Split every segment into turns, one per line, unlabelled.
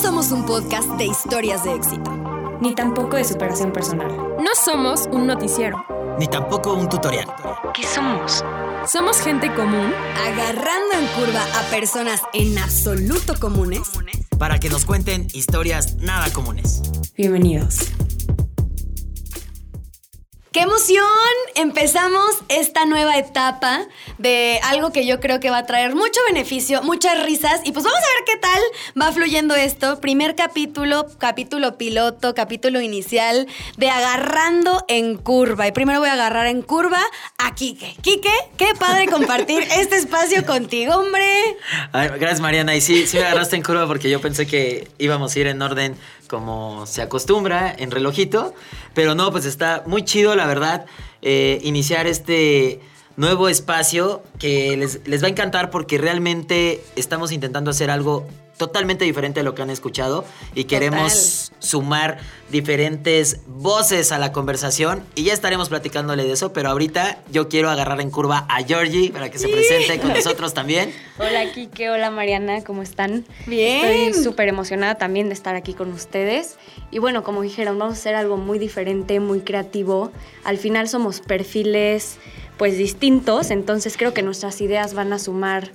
somos un podcast de historias de éxito.
Ni tampoco de superación personal.
No somos un noticiero.
Ni tampoco un tutorial.
¿Qué somos?
Somos gente común.
Agarrando en curva a personas en absoluto comunes.
Para que nos cuenten historias nada comunes.
Bienvenidos.
¡Qué emoción! Empezamos esta nueva etapa de algo que yo creo que va a traer mucho beneficio, muchas risas y pues vamos a ver qué tal va fluyendo esto. Primer capítulo, capítulo piloto, capítulo inicial de agarrando en curva. Y primero voy a agarrar en curva a Quique. Quique, qué padre compartir este espacio contigo, hombre.
Ay, gracias, Mariana. Y sí, sí me agarraste en curva porque yo pensé que íbamos a ir en orden como se acostumbra, en relojito. Pero no, pues está muy chido, la verdad, eh, iniciar este nuevo espacio que les, les va a encantar porque realmente estamos intentando hacer algo totalmente diferente de lo que han escuchado y queremos sumar diferentes voces a la conversación y ya estaremos platicándole de eso, pero ahorita yo quiero agarrar en curva a Georgie para que se presente con nosotros también.
Hola Kike, hola Mariana, ¿cómo están?
Bien.
Estoy súper emocionada también de estar aquí con ustedes. Y bueno, como dijeron, vamos a hacer algo muy diferente, muy creativo. Al final somos perfiles pues distintos, entonces creo que nuestras ideas van a sumar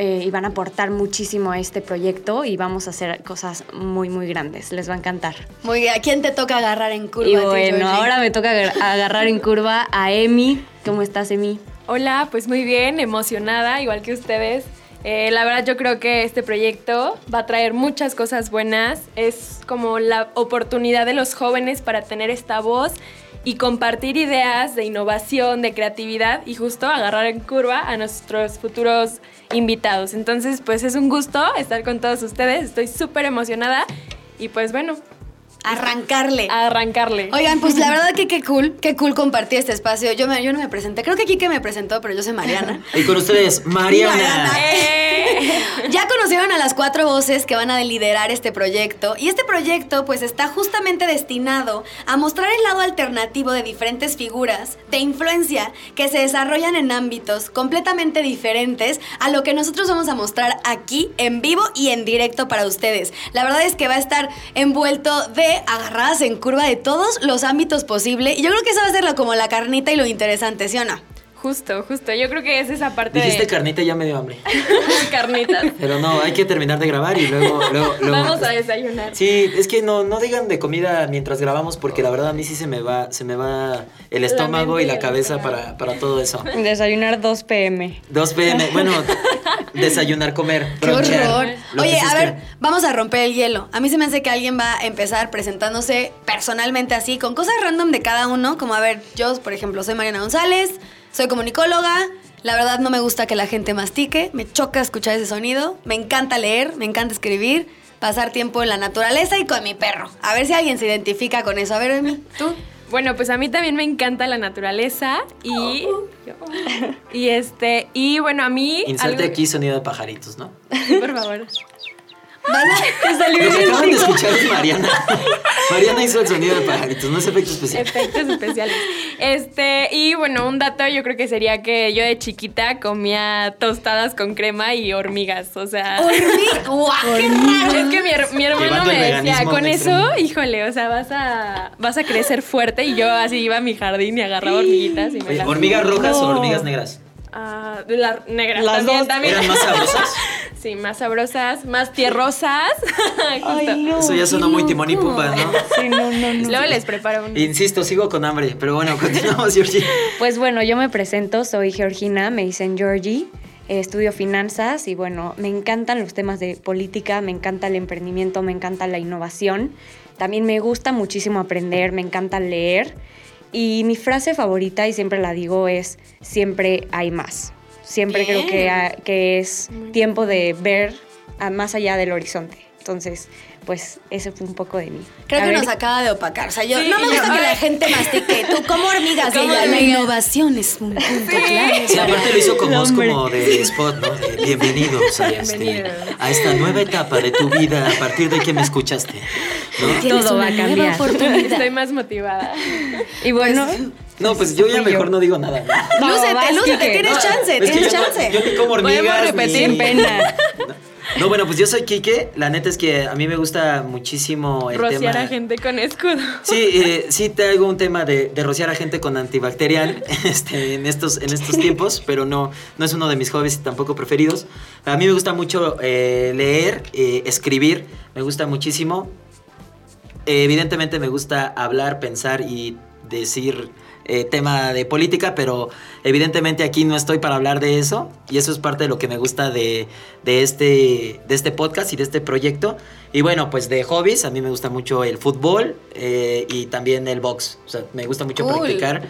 eh, y van a aportar muchísimo a este proyecto y vamos a hacer cosas muy, muy grandes. Les va a encantar.
Muy bien, ¿a quién te toca agarrar en curva?
y
a ti, Georgie?
bueno, ahora me toca agar- agarrar en curva a Emi. ¿Cómo estás, Emi?
Hola, pues muy bien, emocionada, igual que ustedes. Eh, la verdad yo creo que este proyecto va a traer muchas cosas buenas. Es como la oportunidad de los jóvenes para tener esta voz y compartir ideas de innovación, de creatividad y justo agarrar en curva a nuestros futuros invitados. Entonces, pues es un gusto estar con todos ustedes. Estoy súper emocionada y pues bueno,
Arrancarle.
Ah.
a arrancarle.
Oigan, pues la verdad que qué cool, qué cool compartir este espacio. Yo, me- yo no me presenté, creo que Kike me presentó, pero yo soy Mariana.
Y con ustedes, Mariana.
Mariana.
¡Eh!
Ya conocieron a las cuatro voces que van a liderar este proyecto y este proyecto pues está justamente destinado a mostrar el lado alternativo de diferentes figuras de influencia que se desarrollan en ámbitos completamente diferentes a lo que nosotros vamos a mostrar aquí en vivo y en directo para ustedes. La verdad es que va a estar envuelto de agarradas en curva de todos los ámbitos posible y yo creo que eso va a ser lo- como la carnita y lo interesante, ¿sí o no?
Justo, justo. Yo creo que es esa parte
Dijiste
de
carnita y ya me dio hambre.
carnitas.
Pero no, hay que terminar de grabar y luego... luego, luego-
Vamos a desayunar.
Sí, es que no, no digan de comida mientras grabamos porque la verdad a mí sí se me va, se me va el estómago
mente
y
y
la
el
cabeza
estómago.
para, para todo eso.
Desayunar 2 pm.
2 pm, bueno, desayunar, comer.
¡Qué
bronchear,
horror!
lo que
Oye, a
existe.
ver, vamos a romper el hielo. A mí se me hace que alguien va a empezar presentándose personalmente así, con cosas random de cada uno, como a ver, yo, por ejemplo, soy Mariana González, soy comunicóloga, la verdad no me gusta que la gente mastique, me choca escuchar ese sonido, me encanta leer, me encanta escribir, pasar tiempo en la naturaleza y con mi perro. A ver si alguien se identifica con eso. A ver, Emi, tú.
Bueno, pues a mí también me encanta la naturaleza y y este y bueno a mí
Inserte
algo-
aquí sonido de pajaritos, ¿no?
Sí, por favor.
Vas a-
Lo que acaban de escuchar es Mariana. Mariana hizo el sonido de pajaritos, no es efecto especial.
Efectos especiales. Este y bueno un dato yo creo que sería que yo de chiquita comía tostadas con crema y hormigas, o sea.
Hormi- ¡Guau, qué raro!
Es que mi, her- mi hermano
Llevando el
me decía,
veganismo
con
al
eso,
extremo".
híjole, o sea, vas a, vas a crecer fuerte. Y yo así iba a mi jardín y agarraba hormiguitas y me
Oye,
las...
¿hormigas rojas o
No.
hormigas negras?
Ah, de la negra
Las
también,
dos.
también.
¿Eran más sabrosas?
Sí, más sabrosas, más tierrosas. Justo.
Eso ya sonó muy timón y pumba, ¿no?
Sí, no, no, no.
Luego les preparo un...
Insisto, sigo con hambre, pero bueno, continuamos, Georgie.
Pues bueno, yo me presento, soy Georgina, me dicen Georgie, eh, estudio finanzas y bueno, me encantan los temas de política, me encanta el emprendimiento, me encanta la innovación, también me gusta muchísimo aprender, me encanta leer y mi frase favorita y siempre la digo es siempre hay más, siempre creo que,
Bien.
ah, que es tiempo de ver a- más allá del horizonte, entonces pues eso fue un poco de mí.
Creo
A
que
ver,
nos acaba de opacar. O sea, yo
Sí,
no me
y yo-
gusta que la
ay.
gente mastique. Tú como hormigas.
Como
ella, la
hormigas.
innovación es un punto clave.
Sí, aparte lo hizo con voz
Hombre.
como de spot, ¿no? De bienvenidos a, este-
Bienvenidos.
a esta nueva etapa de tu vida a partir de que me escuchaste. ¿no?
Tienes
Todo
una
va a
nueva
cambiar.
oportunidad.
Estoy más motivada.
Y bueno...
No, pues yo ya
Fui yo.
mejor no digo nada. ¿no?
No,
lúcete,
vas,
lúcete,
Quique.
tienes
No,
chance,
es que
tienes
yo no-
chance.
yo ni como hormigas.
Podemos repetir,
ni-
pena.
No, bueno, pues yo soy Quique. La neta es que a mí me gusta muchísimo el
Rociar
tema.
a gente con escudo.
Sí, eh, sí traigo un tema de, de rociar a gente con antibacterial este, en, estos, en estos tiempos, pero no, no es uno de mis hobbies y tampoco preferidos. A mí me gusta mucho eh, leer, eh, escribir, me gusta muchísimo. Eh, evidentemente me gusta hablar, pensar y decir eh, tema de política, pero evidentemente aquí no estoy para hablar de eso y eso es parte de lo que me gusta de, de este, de este podcast y de este proyecto. Y bueno, pues de hobbies, a mí me gusta mucho el fútbol eh, y también el box. O sea, me gusta mucho
Cool.
practicar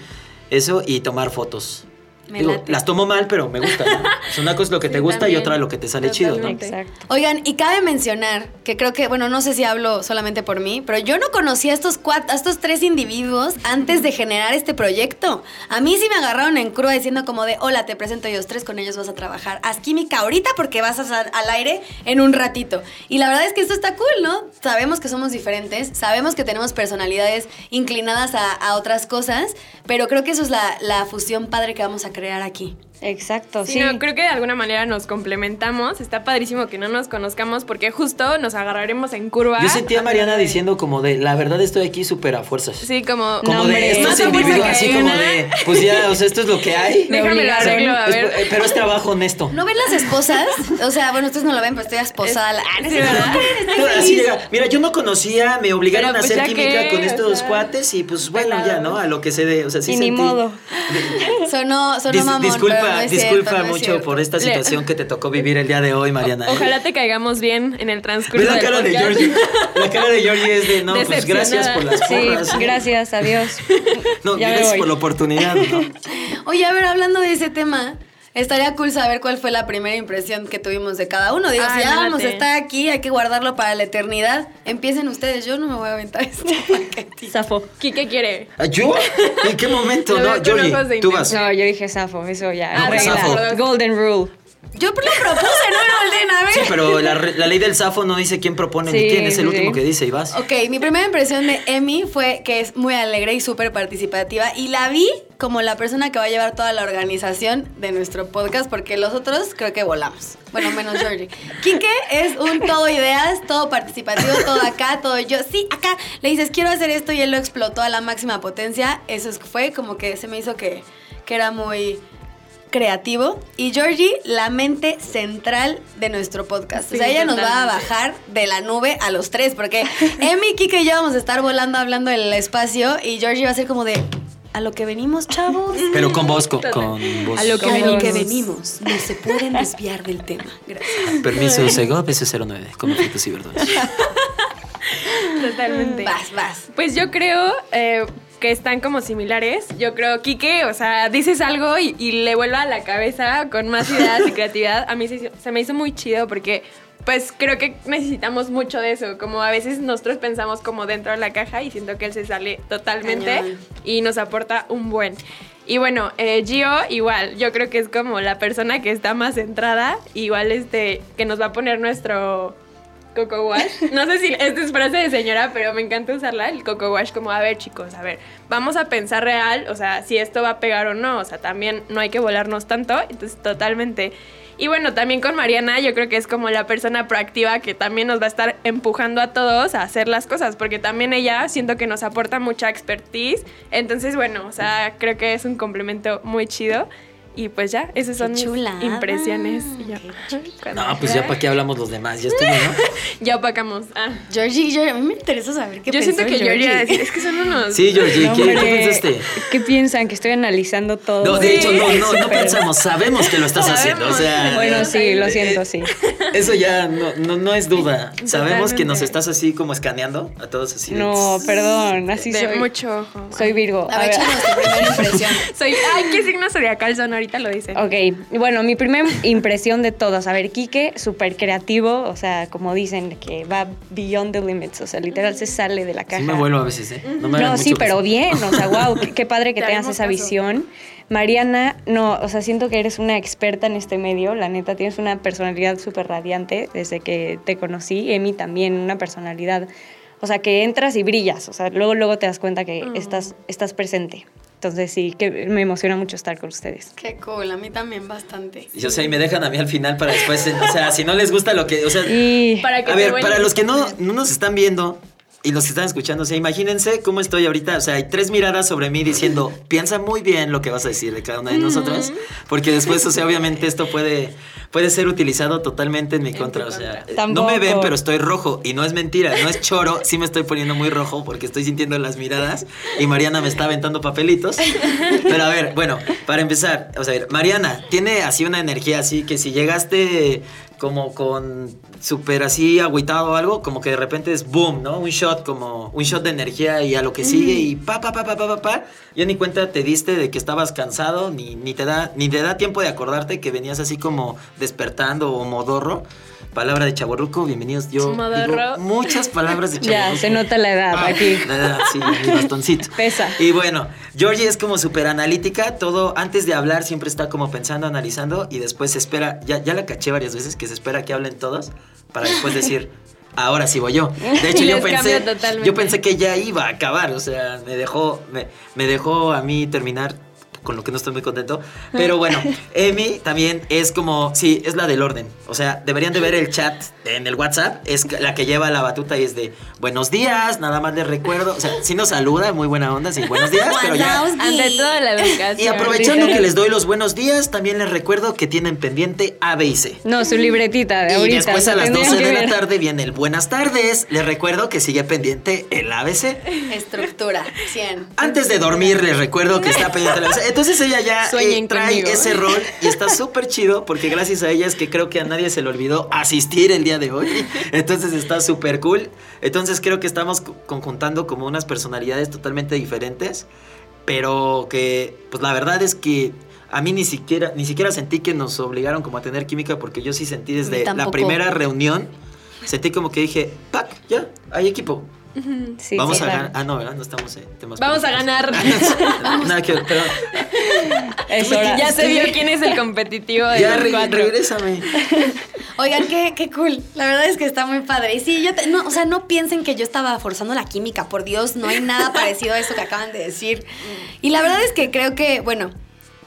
eso y tomar fotos.
Me
Digo,
late.
las tomo mal, pero me gusta. ¿no? O sea, una cosa es lo que te
Sí,
gusta y
también.
otra lo que te sale chido, ¿no?
Totalmente.
Exacto.
Oigan, y cabe mencionar que creo que, bueno, no sé si hablo solamente por mí, pero yo no conocía a estos cuatro, a estos tres individuos antes de generar este proyecto. A mí sí me agarraron en crua diciendo como de, hola, te presento a ellos tres, con ellos vas a trabajar. Haz química ahorita porque vas a sal- al aire en un ratito. Y la verdad es que esto está cool, ¿no? Sabemos que somos diferentes, sabemos que tenemos personalidades inclinadas a, a otras cosas, pero creo que eso es la, la fusión padre que vamos a crear aquí.
Exacto, sí.
Sí, no, creo que de alguna manera nos complementamos. Está padrísimo que no nos conozcamos porque justo nos agarraremos en curva.
Yo sentía a Mariana diciendo como de, la verdad estoy aquí súper a fuerzas.
Sí, como.
Como
No,
de
hombre.
estos
Más
individuos,
fuerza
así
que
como
una.
de, pues ya, o sea, esto es lo que hay.
Me
Déjame lo
obligaron.
arreglo, a
Es-
ver.
eh, pero es trabajo honesto.
¿No ven las esposas? O sea, bueno, ustedes no lo ven, pero estoy esposada. La- Ah, no es
Sí,
cierto.
¿verdad?
Así llega, Mira, yo no conocía, me obligaron
Pero,
a
pues,
hacer
ya
química
qué,
con
o
estos
sea,
cuates y pues bueno, ya,
pelados.
¿no? A lo que se dé, o sea, sí
y ni
sentí-
modo.
Sonó, sonó
Dis-
mamón,
disculpa,
pero no es cierto,
disculpa
no es
mucho
cierto.
por esta
Le-
situación que te tocó vivir el día de hoy, Mariana. ¿eh?
Ojalá te caigamos bien en el
Ve
transcurso.
la
del
cara de
podcast.
Georgie. La cara de Georgie es de no, pues gracias por las
Sí,
porras. ¿eh?
gracias, adiós.
No,
Ya me
gracias
voy.
por la oportunidad, ¿no?
Oye, a ver, hablando de ese tema, estaría cool saber cuál fue la primera impresión que tuvimos de cada uno. Digo,
Ay,
si ya
me
vamos a
late.
estar aquí, hay que guardarlo para la eternidad. Empiecen ustedes, yo no me voy a aventar este paquetito.
Safo.
Quique quiere.
¿Ah, ¿Yo? ¿En qué momento?
Lo veo
No,
con ojos
Georgie,
de
tú vas.
No, yo dije Safo, eso ya.
Ah,
regla.
Safo.
Golden Rule.
Yo lo propuse, no lo ordena, a ver.
Sí, pero la, re- la ley del Safo no dice quién propone ni
Sí,
quién, es el
sí.
último que dice y vas.
Ok, mi primera impresión de Emi fue que es muy alegre y súper participativa y la vi como la persona que va a llevar toda la organización de nuestro podcast porque los otros creo que volamos. Bueno, menos Georgie. Quique es un todo ideas, todo participativo, todo acá, todo yo. Sí, acá le dices quiero hacer esto y él lo explotó a la máxima potencia. Eso es- fue como que se me hizo que, que era muy creativo y Georgie la mente central de nuestro podcast. o sea,
Sí,
ella nos va a
totalmente.
bajar de la nube a los tres porque Emi, Kike y yo vamos a estar volando hablando en el espacio y Georgie va a ser como de a lo que venimos, chavos.
Pero con vos, con, con vos.
A lo que
A lo
venimos.
que venimos, no se pueden desviar del tema. Gracias.
Permiso, Segov, S09, como frutas y verduras.
Totalmente.
Vas, vas.
Pues yo creo eh, que están como similares. Yo creo, Quique, o sea, dices algo y, y le vuelve a la cabeza con más ideas y creatividad. A mí se, hizo- se me hizo muy chido porque, pues creo que necesitamos mucho de eso. Como a veces nosotros pensamos como dentro de la caja y siento que él se sale totalmente
Cañón.
y nos aporta un buen. Y bueno, eh, Gio igual, yo creo que es como la persona que está más centrada, igual este, que nos va a poner nuestro coco wash. No sé si esta es frase de señora, pero me encanta usarla, el coco wash, como, a ver chicos, a ver, vamos a pensar real, o sea, si esto va a pegar o no, o sea, también no hay que volarnos tanto, entonces totalmente. Y bueno, también con Mariana yo creo que es como la persona proactiva que también nos va a estar empujando a todos a hacer las cosas, porque también ella siento que nos aporta mucha expertise. Entonces, bueno, o sea, creo que es un complemento muy chido. Y pues ya, esas son mis
chulada.
impresiones. Y yo, cuando
No, pues ya para qué hablamos los demás, ya estuvo, ¿no?
ya opacamos. Ah.
Georgie, Georgie, a mí me interesa saber qué
Yo siento
pensó
que yo iría a decir,
Georgie.
es que son unos...
Sí, Georgie, ¿qué,
Hombre,
qué pensaste?
¿Qué piensan? Que estoy analizando todo.
No, de hecho, no, no, no
Súper.
pensamos, sabemos que lo estás haciendo, o sea...
Bueno, sí, lo siento, sí.
Eso ya no, no, no es duda. Sabemos que nos
Totalmente.
estás así como escaneando a todos así. de-
No, perdón, así
De
soy.
mucho ojo.
Soy Virgo.
A ver,
A ver.
échanos tu primera impresión.
Soy... Ay, ¿qué signo zodiacal son? Ahorita lo dicen.
Ok, bueno, mi primera impresión de todos. A ver, Quique, súper creativo, o sea, como dicen, que va beyond the limits, o sea, literal se sale de la caja.
Sí me vuelvo a veces, ¿eh? No, me hagan
No,
mucho
sí, pero
caso.
bien, o sea, wow, qué, qué padre que
Te
tengas
haremos
esa
caso.
visión. Mariana, no, o sea, siento que eres una experta en este medio, la neta, tienes una personalidad súper radiante desde que te conocí, Emi también, una
Mm.
personalidad, o sea, que entras y brillas, o sea, luego, luego te das cuenta que estás, estás presente. Entonces sí, que me emociona mucho estar con ustedes.
Qué cool, a mí también bastante.
Y, o sea, y me dejan a mí al final para después. O sea, si no les gusta lo que. O sea,
Y
Para que
a
te
ver,
vuelvan
para
a
los que no,
comer.
no nos están viendo y los que están escuchando, o sea, imagínense cómo estoy ahorita. O sea, hay tres miradas sobre mí diciendo, piensa muy bien lo que vas a decir de cada una de nosotras, porque después, o sea, obviamente esto puede, puede ser utilizado totalmente en mi contra. O sea, eh, no me ven,
Tampoco.
pero estoy rojo y no es mentira, no es choro. Sí me estoy poniendo muy rojo porque estoy sintiendo las miradas y Mariana me está aventando papelitos. Pero a ver, bueno, para empezar, o sea, a ver, Mariana tiene así una energía así que si llegaste como con súper así agüitado o algo, como que de repente es boom, ¿no? Un shot, como un shot de energía y a lo que sigue y pa, pa, pa, pa, pa, pa, pa. Ya ni cuenta te diste de que estabas cansado, ni, ni, te da, ni te da tiempo de acordarte que venías así como despertando o modorro. Palabra de chaborruco, bienvenidos. Yo digo
Modorro.
muchas palabras de chaborruco.
ya, se nota la edad
Ah,
aquí.
la edad, sí, el bastoncito.
Pesa.
Y bueno, Georgie es como súper analítica, todo antes de hablar siempre está como pensando, analizando y después se espera, ya, ya la caché varias veces que se espera que hablen todos para después decir, ahora sí voy yo. De hecho,
Y
yo
les
pensé,
cambia totalmente.
yo pensé que ya iba a acabar, o sea, me dejó, me, me dejó a mí terminar con lo que no estoy muy contento, pero bueno, Emi también es como, sí, es la del orden, o sea, deberían de ver el chat en el WhatsApp, es la que lleva la batuta y es de, buenos días, nada más les recuerdo, o sea, sí nos saluda, muy buena onda, sí, buenos días, pero ya,
Ante toda la educación.
y aprovechando que les doy los buenos días, también les recuerdo que tienen pendiente A, B y C.
No, su libretita de
Y
ahorita.
después
se
a las
tendrían
12
que
de la
ver.
tarde viene el buenas tardes. Les recuerdo que sigue pendiente el ABC.
Estructura, 100.
Antes de dormir, les recuerdo que está pendiente el ABC. Entonces ella ya eh,
Sueñen
trae
conmigo.
ese rol y está súper chido porque gracias a ella es que creo que a nadie se le olvidó asistir el día de hoy. Entonces está súper cool. Entonces creo que estamos co- conjuntando como unas personalidades totalmente diferentes pero que pues la verdad es que a mí ni siquiera ni siquiera sentí que nos obligaron como a tener química porque yo sí sentí desde la
tampoco.
primera reunión sentí como que dije pack ya hay equipo
Sí,
vamos
sí,
a
claro.
ganar ah no verdad no estamos en temas
Vamos a
políticos.
ganar.
Nada que ver, perdón. Ah,
Es hora.
ya se vio quién es el competitivo de
ya
los
re-
cuatro. Ah,
regrésame
Oigan, qué, qué cool. La verdad es que está muy padre. Y sí, yo te- no, o sea, no piensen que yo estaba forzando la química. Por Dios, no hay nada parecido a eso que acaban de decir. Y la verdad es que creo que, bueno,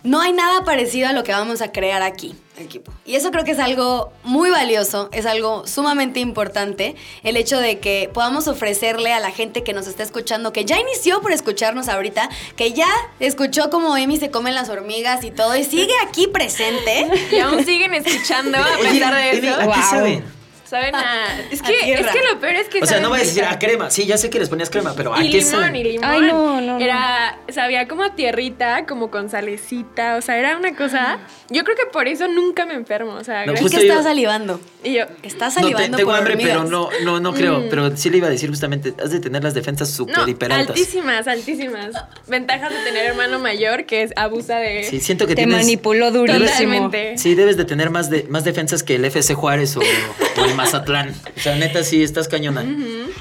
no hay nada parecido a lo que vamos a crear aquí, equipo. Y eso creo que es algo muy valioso, es algo sumamente importante, el hecho de que podamos ofrecerle a la gente que nos está escuchando, que ya inició por escucharnos ahorita, que ya escuchó como Emi se comen las hormigas y todo, y sigue aquí presente.
Y aún siguen escuchando a
Oye,
pesar de
Eli,
eso.
¿a qué
Wow.
saben?
Saben Ah, a- Es
A
que, es
tierra.
que lo peor es que.
o sea
saben
no voy a decir
mucho.
a crema sí ya sé que les ponías crema pero a
Y
qué
limón,
saben?
y limón.
Ay, no, no, no.
Era, sabía como a tierrita, como con salecita, o sea, era una cosa. Yo creo que por eso nunca me enfermo, o sea,
No, pues
gracias-
Es
justo
que estaba
yo-
salivando.
Y yo,
Estás
No, te-
salivando
tengo
por
hambre,
hormigas.
pero no, no, no creo. Pero sí le iba a decir justamente, has de tener las defensas súper
Mm. no,
hiper altas.
altísimas, altísimas. Ventajas de tener hermano mayor que es abusa de.
Sí, siento que
Te
tienes-
manipuló durísimo.
Totalmente.
Sí, debes de tener más, de, más defensas que el FC Juárez o, o el Mazatlán. O sea, neta, sí, estás cañona.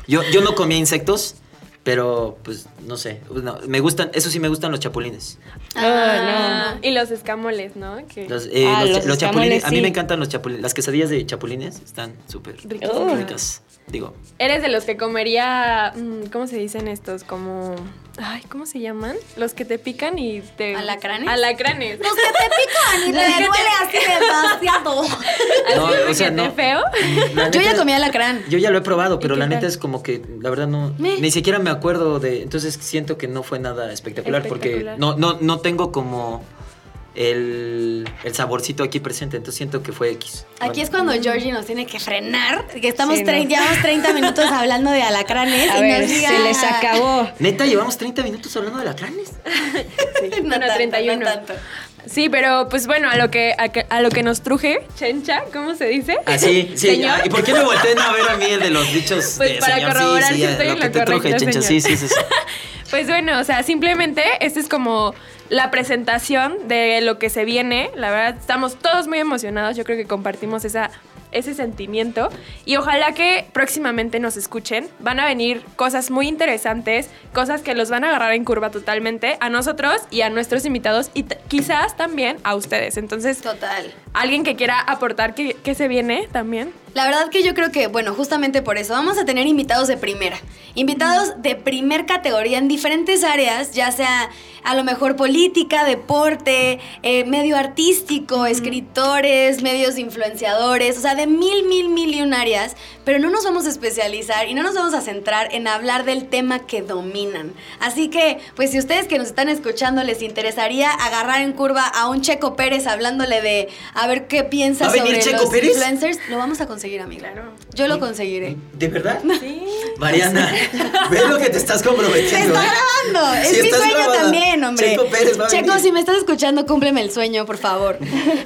yo, yo no comía insectos, pero pues no sé. No, me gustan, eso sí me gustan los chapulines.
Ah,
Y los escamoles, ¿no? Que
Los, eh,
Ah,
los-
los
los chapulines,
escamoles,
a mí
sí.
me encantan los chapulines. Las quesadillas de chapulines están súper Oh,
Riquísimas.
ricas. Digo,
Eres de los que comería. mm, ¿Cómo se dicen estos? Como. Ay, ¿cómo se llaman? Los que te pican y te.
¿Alacranes?
Alacranes.
Los que te pican y te duele así demasiado.
Así
No,
de
o sea,
que
no. Mm,
te feo.
la
Yo ya
neta-
comí alacrán.
Yo ya lo he probado, pero
qué
la neta
tal?
es como que, la verdad, no.
Meh.
Ni siquiera me acuerdo de. Entonces siento que no fue nada espectacular, porque
Espectacular.
no, no, no tengo como el, el saborcito aquí presente. Entonces siento que fue X.
Aquí es cuando Georgie nos tiene que frenar, que estamos
Sí, no.
trein- llevamos 30 minutos hablando de alacranes
A
y
ver,
nos diga-
se les acabó.
Neta, llevamos 30 minutos hablando de alacranes.
No
Bueno,
tanto,
31.
no tanto.
Sí, pero pues bueno, a lo que a, que- a lo que nos truje, chencha, ¿cómo se dice?
Así, sí.
Señor.
ah, ¿Y por qué me voltean a ver a mí el de los dichos
Pues
de
para
señor? Sí,
corroborar
sí,
si
ya,
estoy en
lo que
lo
te truje,
correcto,
chencha. Sí,
señor.
sí, sí. sí.
Pues bueno, o sea, simplemente esta es como la presentación de lo que se viene. La verdad, estamos todos muy emocionados. Yo creo que compartimos esa, ese sentimiento. Y ojalá que próximamente nos escuchen. Van a venir cosas muy interesantes, cosas que los van a agarrar en curva totalmente a nosotros y a nuestros invitados y t- quizás también a ustedes. Entonces,
Total.
alguien que quiera aportar que, se viene también.
La verdad que yo creo que, bueno, justamente por eso vamos a tener invitados de primera. Invitados de primer categoría en diferentes áreas, ya sea a lo mejor política, deporte, eh, medio artístico, escritores, medios influenciadores, o sea, de mil, mil, mil y un áreas. Pero no nos vamos a especializar y no nos vamos a centrar en hablar del tema que dominan. Así que, pues si ustedes que nos están escuchando les interesaría agarrar en curva a un Checo Pérez hablándole de a ver qué piensa
¿Va a venir
sobre
Checo
los
Pérez?
influencers, lo vamos a conseguir, amigo.
Claro.
Yo lo conseguiré.
¿De verdad? Mariana, ve lo que te estás
¡Se
comprometiendo.
está
¿eh?
grabando!
Sí,
es mi
estás
sueño
grabada.
también, hombre.
Checo Pérez va a
Checo,
venir.
si me estás escuchando, cúmpleme el sueño, por favor.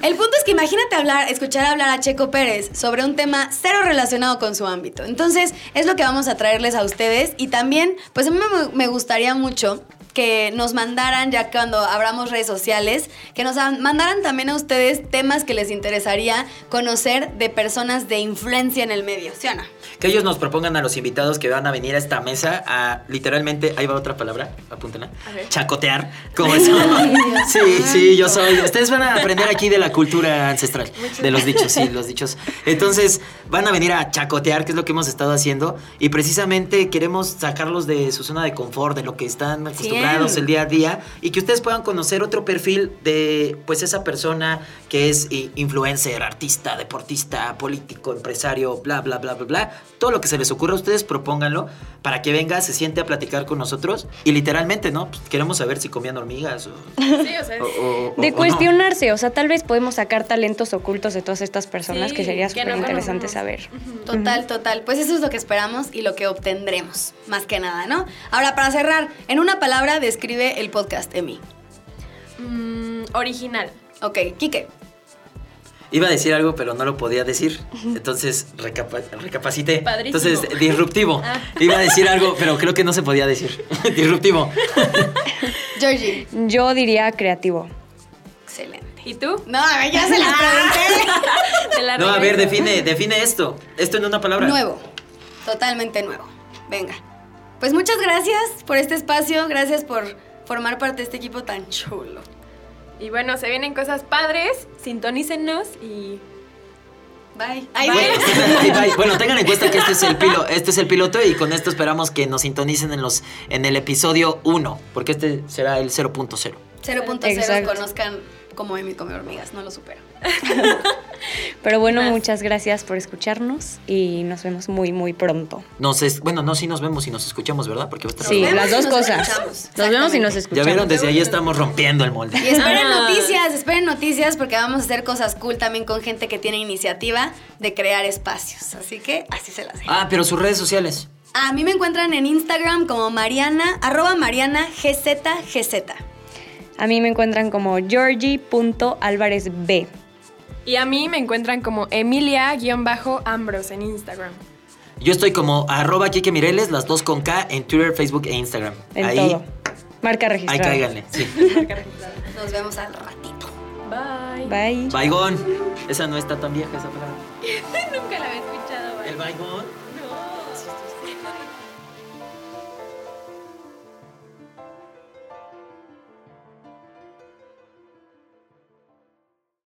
El punto es que imagínate hablar, escuchar hablar a Checo Pérez sobre un tema cero relacionado con su ámbito. Entonces, es lo que vamos a traerles a ustedes. Y también, pues a mí me- me gustaría mucho que nos mandaran, ya cuando abramos redes sociales, que nos an- mandaran también a ustedes temas que les interesaría conocer de personas de influencia en el medio, ¿sí o no?
Que ellos nos propongan a los invitados que van a venir a esta mesa a literalmente, ahí va otra palabra, apúntenla,
ver.
chacotear, como eso. sí, sí, yo soy. Ustedes van a aprender aquí de la cultura ancestral, de los dichos, sí, los dichos. Entonces, van a venir a chacotear, que es lo que hemos estado haciendo, y precisamente queremos sacarlos de su zona de confort, de lo que están acostumbrados
Cien.
el día a día, y que ustedes puedan conocer otro perfil de, pues, esa persona que es i- influencer, artista, deportista, político, empresario, bla, bla, bla, bla, bla. Todo lo que se les ocurra, ustedes propónganlo para que venga, se siente a platicar con nosotros, y literalmente, ¿no? Pues, queremos saber si comían hormigas o...
Sí, o sea,
o- o- o- o
De
no.
cuestionarse, o sea, tal vez podemos sacar talentos ocultos de todas estas personas
Sí,
que sería
que no
súper interesante
conocemos.
saber.
Total, total. Pues eso es lo que esperamos y lo que obtendremos, más que nada, ¿no? Ahora, para cerrar, en una palabra describe el podcast Emi.
mm, original.
Ok, Quique.
Iba a decir algo, pero no lo podía decir. Entonces recapa- recapacité.
Padrísimo.
Entonces, disruptivo. Iba a decir algo, pero creo que no se podía decir. disruptivo.
Georgie.
Yo diría creativo.
Excelente.
¿Y tú?
No, a ver, ya se las pregunté.
Te la
No, a ver,
regreso.
define, define esto. Esto en una palabra.
Nuevo. Totalmente nuevo. Venga. Pues muchas gracias por este espacio. Gracias por formar parte de este equipo tan chulo.
Y bueno, se vienen cosas padres, sintonícenos y
Bye. Ahí
Bueno,
ven.
sí, bye. Bueno, tengan en cuenta que este es el pilo, este es el piloto y con esto esperamos que nos sintonicen en los en el episodio 1, porque este será el 0.0.
0.0
Exacto.
conozcan como Emi come hormigas. No lo supero.
Pero bueno,
Gracias.
muchas gracias por escucharnos y nos vemos muy, muy pronto.
Nos es- bueno, no si nos vemos y nos escuchamos, ¿verdad? Porque va a estar
Sí,
vemos
las
y
dos
nos
cosas.
escuchamos.
Nos vemos y
Exactamente.
nos
Ya
escuchamos.
vieron, desde ahí estamos rompiendo el molde.
Y esperen
Ah.
noticias, esperen noticias porque vamos a hacer cosas cool también con gente que tiene iniciativa de crear espacios. Así que así se las dejo.
Ah, pero sus redes sociales.
A mí me encuentran en Instagram como Mariana, arroba Mariana GZGZ.
A mí me encuentran como georgie.alvarezb.
Y a mí me encuentran como Emilia-Ambros en Instagram.
Yo estoy como arroba Kike Mireles, las dos con K, en Twitter, Facebook e Instagram.
En
ahí,
todo. Marca
ahí
registrada.
cáiganle. Sí.
Nos vemos al ratito.
Bye.
Bye.
Baigón. Esa no está tan vieja esa palabra.
Nunca la había escuchado.
El baigón.
No.